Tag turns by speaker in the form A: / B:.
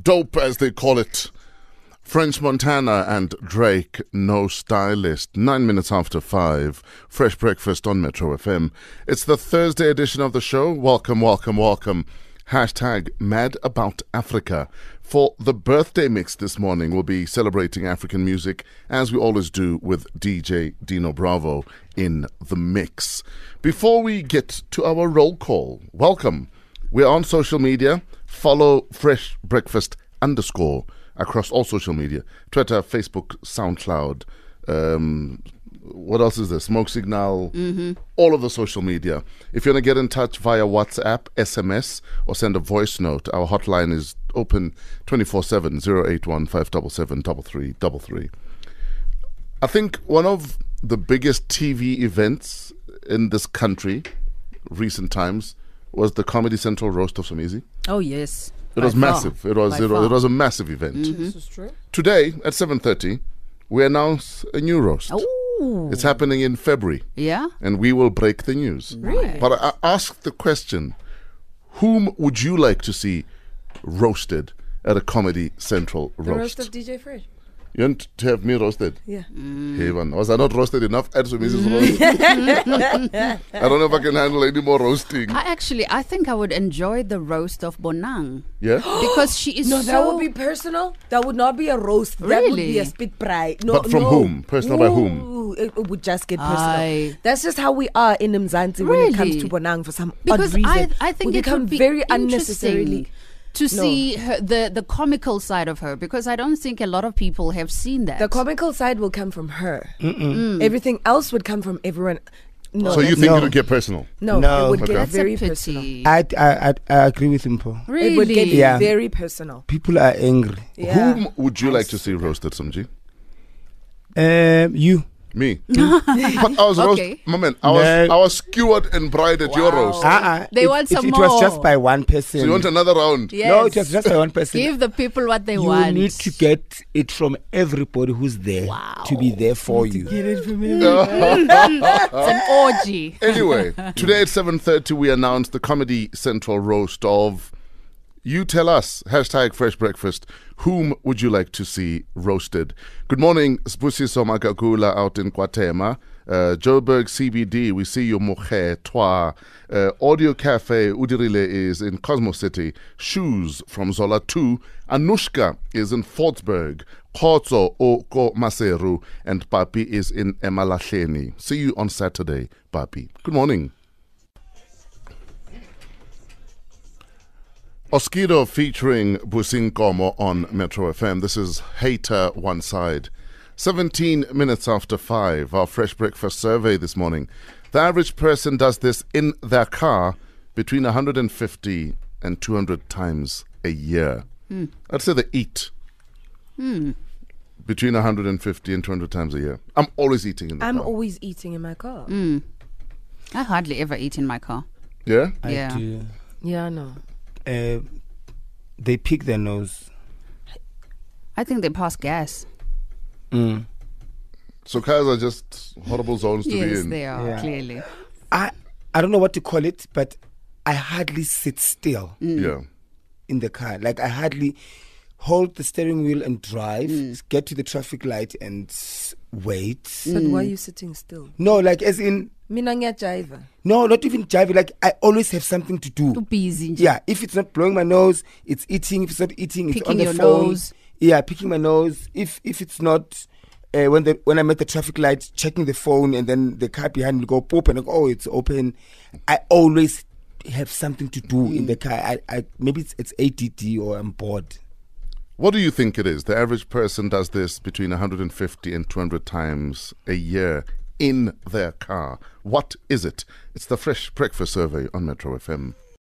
A: dope, as they call it. French Montana and Drake, no stylist. Nine minutes after five, fresh breakfast on Metro FM. It's the Thursday edition of the show. Welcome, welcome, welcome. Hashtag mad about Africa. For the birthday mix this morning, we'll be celebrating African music as we always do with DJ Dino Bravo in the mix. Before we get to our roll call, welcome. We're on social media. Follow Fresh Breakfast underscore across all social media Twitter, Facebook, SoundCloud. Um, what else is there? Smoke Signal, all of the social media. If you want to get in touch via WhatsApp, SMS, or send a voice note, our hotline is open 24 7 081 577 I think one of the biggest TV events in this country, recent times, was the Comedy Central roast of Somizi.
B: Oh yes.
A: It was massive. It was it, was it was a massive event.
B: Mm-hmm.
C: This is true.
A: Today at seven thirty, we announce a new roast.
B: Oh
A: It's happening in February,
B: yeah.
A: and we will break the news.
C: Really?
A: But I I asked the question: Whom would you like to see roasted at a Comedy Central
C: The roast
A: roast?
C: of DJ Fresh.
A: you want to have me roasted?
C: Yeah.
B: Mm-hmm.
A: Heaven. Was I not roasted enough? Absolutely roasted. I don't know if I can handle any more roasting.
B: I actually I think I would enjoy the roast of Bonang
A: Yeah.
B: because she is
C: No,
B: so
C: that would be personal. That would not be a roast. That would
B: Really?
C: be a spit pry. No,
A: But from
C: no.
A: whom? Personal by whom?
C: Ooh, It, it would just get personal.
B: Aye.
C: That's just how we are in Mzansi when it comes
B: Really?
C: to Bonang for some
B: because
C: odd reason.
B: I I think
C: we
B: it
C: become
B: would be
C: very
B: unnecessarily
C: unnecessarily.
B: to see her, the the comical side of her because I don't think a lot of people have seen that.
C: The comical side will come from her. Mm. Everything else would come from everyone. No,
A: so you
C: that's-
A: think
D: No.
A: it'll get personal?
C: no,
D: No.
C: it would
A: Okay.
C: get
B: that's
C: very
B: a pity.
C: personal.
D: I, I, I, I agree with him, Paul.
B: Really?
C: It would get
D: Yeah.
C: very personal.
D: People are angry.
C: Yeah.
A: Whom would you like to see roasted, Samji?
D: Um, you.
A: Me. but I was
B: Okay.
A: roast, my man, I was
D: No.
A: I was skewered and bride at your
C: Wow.
A: roast.
D: Uh, uh,
B: Oh, They
D: it,
B: want
D: it,
B: some
D: It was just
B: more.
D: by one person.
A: So you want another round?
B: Yes.
D: No, it was just by one person.
B: Give the people what they
D: you
B: want.
D: need to get it from everybody who's there to be there for you.
B: it's an orgy.
A: Anyway, today at seven thirty we announce the Comedy Central roast of You Tell Us, hashtag Fresh Breakfast. Whom would you like to see roasted? Good morning, Spusiso Magagula out in Guatemala. Uh, Joburg CBD, we see you, Mujer, Twa. Uh, Audio Cafe, Udirile is in Cosmo City. Shoes from Zola 2. Anushka is in Fortsburg. Kotso Oko Maseru. And Papi is in Emalasheni. See you on Saturday, Papi. Good morning. Oskido featuring Businkomo on Metro FM. This is Hater One Side. 17 minutes after 5, our fresh breakfast survey this morning. The average person does this in their car between 150 and 200 times a year.
B: Hmm.
A: I'd say they eat between 150 and 200 times a year. I'm always eating in the
C: I'm
A: car.
C: always eating in my car.
B: Mm. I hardly ever eat in my car.
A: yeah?
B: Yeah.
D: I do.
C: Yeah, no.
D: Uh, they pick their nose.
B: I think they pass gas.
D: Mm.
A: So cars are just horrible zones to be
B: Yes,
A: in.
B: they are
D: Yeah.
B: clearly.
D: I, I don't know what to call it, but I hardly sit still
B: Hmm.
A: Yeah.
D: in the car. Like I hardly hold the steering wheel and drive,
B: Mm.
D: get to the traffic light and s- wait.
C: But why are you sitting still?
D: No, like as in
C: Mina jiva.
D: No, not even driving. Like I always have something to do.
B: Too busy. nje.
D: Yeah, if it's not blowing my nose, it's eating. If it's not eating, it's
B: Picking
D: on the
B: your
D: phone.
B: nose.
D: Yeah, picking my nose. If if it's not uh, when the when I'm at the traffic light, checking the phone, and then the car behind me go pop and I go, oh, it's open. I always have something to do
B: Mm.
D: in the car. I, I maybe it's, it's ADD or I'm bored.
A: What do you think it is? The average person does this between 150 and 200 times a year in their car. What is it? It's the Fresh Breakfast Survey on Metro FM.